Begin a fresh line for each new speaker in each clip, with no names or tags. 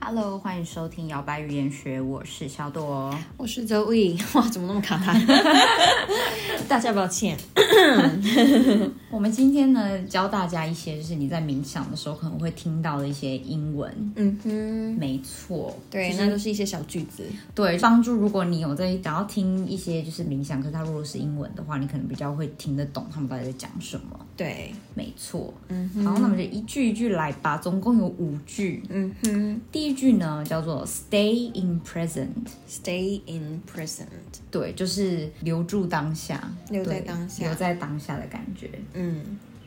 Hello，欢迎收听摇摆语言学，我是小朵。
我是周易， 哇，怎么那么卡 痰？大家抱歉。
我们今天呢，教大家一些就是你在冥想的时候可能会听到的一些英文。
嗯哼，
没错，
对，
就是
那都是一些小句子。
对帮助。如果你有在想要听一些就是冥想，可是它如果是英文的话，你可能比较会听得懂他们到底在讲什么。
对，
没错，
嗯
好，那我们就一句一句来吧，总共有五句。
嗯哼
第一句呢叫做 “Stay in present”，
，Stay in present。
对，就是留住当下，
留在
对
当下
留在当下的感觉。
嗯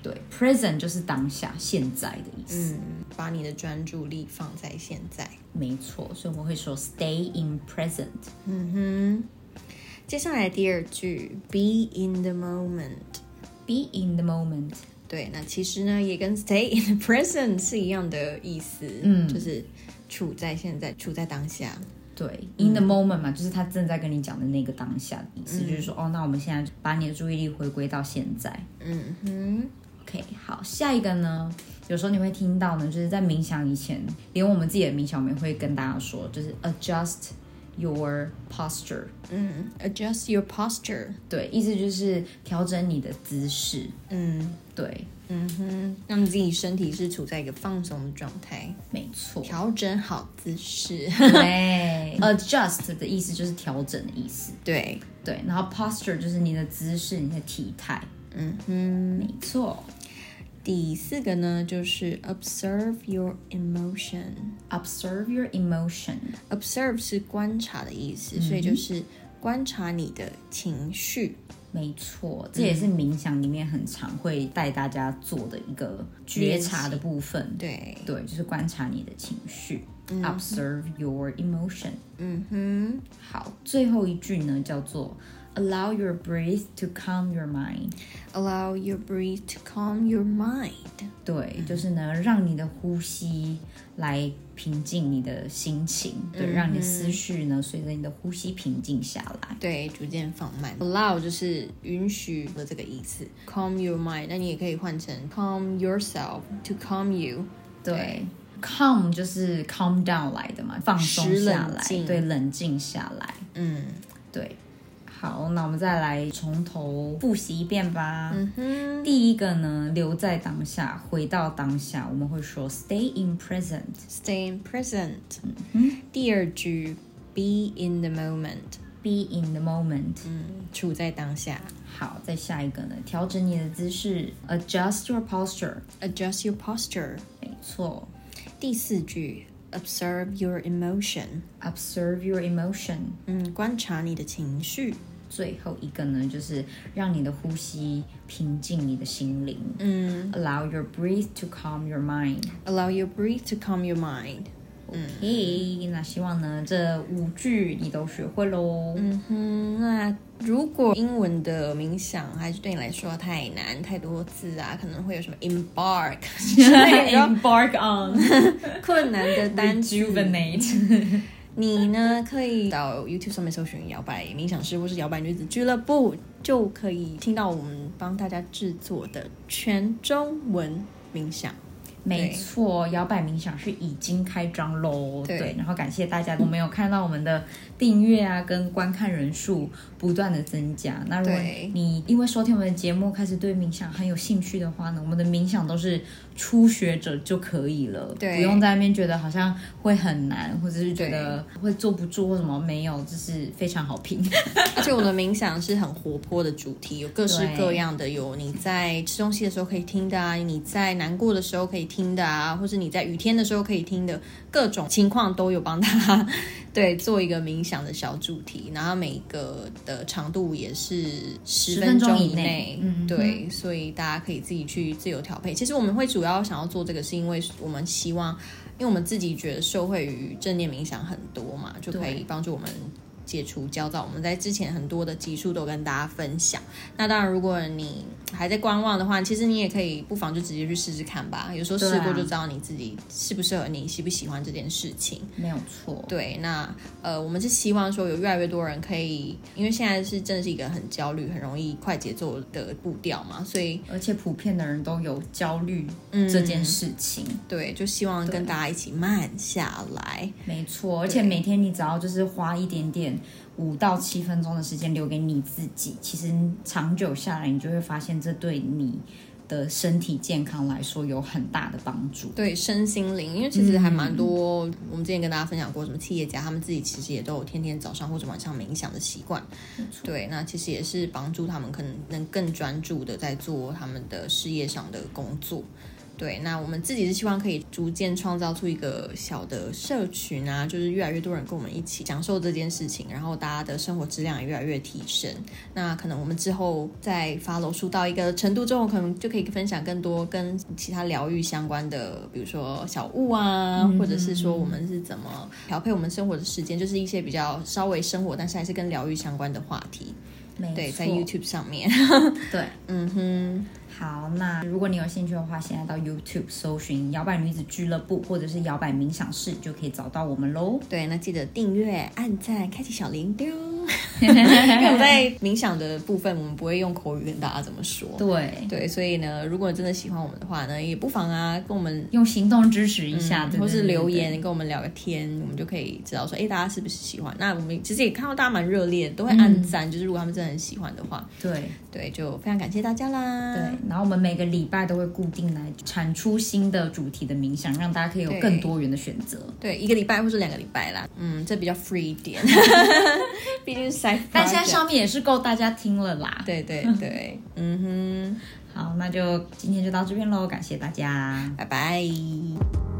对，present 就是当下、现在的意思。
嗯，把你的专注力放在现在。
没错，所以我们会说 “stay in present”。
嗯哼，接下来第二句，Be in the moment。
Be in the moment，
对，那其实呢，也跟 Stay in the present 是一样的意思。
嗯
就是处在现在，处在当下。
对、i n
嗯
the moment 嘛，就是他正在跟你讲的那个当下的意思，就是说，哦，那我们现在把你的注意力回归到现在。
嗯哼，
OK，好，下一个呢，有时候你会听到呢，就是在冥想以前，连我们自己的冥想，我们也会跟大家说，就是 adjust your posture，
嗯，Adjust your posture。
对，意思就是调整你的姿势，
嗯。
对，
嗯哼，让自己身体是处在一个放松的状态，
没错，
调整好姿势。
对 ，adjust 的意思就是调整的意思，
对，
对，然后 posture 就是你的姿势、你的体态，
嗯哼。
没错
第四个呢，就是 observe your emotion。
，observe your emotion，
observe 是观察的意思，所以就是观察你的情绪。
没错，这也是冥想里面很常会带大家做的一个觉察的部分，
嗯对，
对，就是观察你的情绪、o b s e r v e your emotion。
嗯哼。
好，最后一句呢叫做 allow your breath to calm your mind。
Allow your breath to calm your mind。
对，
嗯
就是呢，让你的呼吸来平静你的心情，对，让你的
嗯
思绪呢随着你的呼吸平静下来。
对，逐渐放慢。Allow 就是允许的这个意思。Calm your mind，那你也可以换成 calm yourself to calm you。
对。calm 就是 calm down 来的嘛，放松
使
下
冷
来，
静
对，冷静下来，
嗯。
对。好，那我们再来从头复习一遍吧。
嗯哼，
第一个呢，留在当下，回到当下，我们会说 stay in present,
stay in present。第二句，be in the moment，
be in the moment。
嗯，处在当下。
好，再下一个呢，调整你的姿势，adjust your posture。
Adjust your posture。
没错
第四句，observe your emotion，
，observe your emotion。
嗯，观察你的情绪。
最后一个呢，就是让你的呼吸平静你的心灵。
嗯
Allow your breath to calm your mind。
，allow your breath to calm your mind。嗯
嘿，那希望呢这五句你都学会喽。
嗯哼，那如果英文的冥想还是对你来说太难，太多字啊，可能会有什么 embark 之 类的
Embark on
困难的 单词。
rejuvenate。
你呢，可以到 YouTube 上面搜寻“摇摆冥想师”或是“摇摆女子俱乐部”，就可以听到我们帮大家制作的全中文冥想。
没错，摇摆冥想是已经开张喽。
对
然后感谢大家，我们有看到我们的订阅啊，跟观看人数不断的增加。那如果
对
你因为收听我们的节目，开始对冥想很有兴趣的话呢，我们的冥想都是初学者就可以了，
对
不用在那边觉得好像会很难，或者是觉得会坐不住或什么，没有，就是非常好评。
而且我的冥想是很活泼的主题，有各式
对
各样的，有你在吃东西的时候可以听的啊，你在难过的时候可以听的啊，或是你在雨天的时候可以听的，各种情况都有帮大家对做一个冥想的小主题，然后每一个的长度也是十
分
分
钟
钟
以
以
内
内，
嗯
对，所以大家可以自己去自由调配。其实我们会主要想要做这个，是因为我们希望。因为我们自己觉得受惠于正念冥想很多嘛，就可以帮助我们解除焦躁。我们在之前很多的集数都跟大家分享。那当然，如果你还在观望的话，其实你也可以不妨就直接去试试看吧。有时候试
对
过
啊
就知道你自己适不适合你，喜不喜欢这件事情。
没有错。
对，那呃，我们是希望说有越来越多人可以，因为现在是真的是一个很焦虑、很容易快节奏的步调嘛，所以
而且普遍的人都有焦虑
嗯
这件事情，
对，就希望跟大家一起慢下来。
没错。而且每天你只要就是花一点点五到七分钟的时间留给你自己，其实长久下来，你就会发现这对你的身体健康来说有很大的帮助。
对身心灵，因为其实还蛮多，我们之前跟大家分享过，什么企业家他们自己其实也都有天天早上或者晚上冥想的习惯。对，那其实也是帮助他们可能能更专注的在做他们的事业上的工作。对，那我们自己是希望可以逐渐创造出一个小的社群啊，就是越来越多人跟我们一起享受这件事情，然后大家的生活质量也越来越提升。那可能我们之后在发楼数到一个程度之后，可能就可以分享更多跟其他疗愈相关的，比如说小物啊，
嗯
或者是说我们是怎么调配我们生活的时间，就是一些比较稍微生活，但是还是跟疗愈相关的话题。
没错，
对，在 YouTube 上面。
对，
嗯哼，
好，那如果你有兴趣的话，现在到 YouTube 搜寻“摇摆女子俱乐部”或者是“摇摆冥想室”，就可以找到我们 喽。
对，那记得订阅、按赞、开启小 铃铛。因为我们在冥想的部分，我们不会用口语跟大家怎么说。
对，
对，所以呢，如果真的喜欢我们的话呢，也不妨啊，跟我们
用行动支持一下，对
嗯或是
对
留。
对对
言跟我们聊个天，我们就可以知道说，哎，大家是不是喜欢？那我们其实也看到大家蛮热烈的，都会
嗯
按赞，就是如果他们真的很喜欢的话，
对
对，就非常感谢大家啦。
对，然后我们每个礼拜都会固定来产出新的主题的冥想，让大家可以有
对
更多元的选择。
对，一个礼拜或是两个礼拜啦，嗯，这比较 free 一点，毕竟是 side
但现在
project
上面也是够大家听了啦。
对对对，嗯
好，那就今天就到这边喽，感谢大家。
哼，拜拜。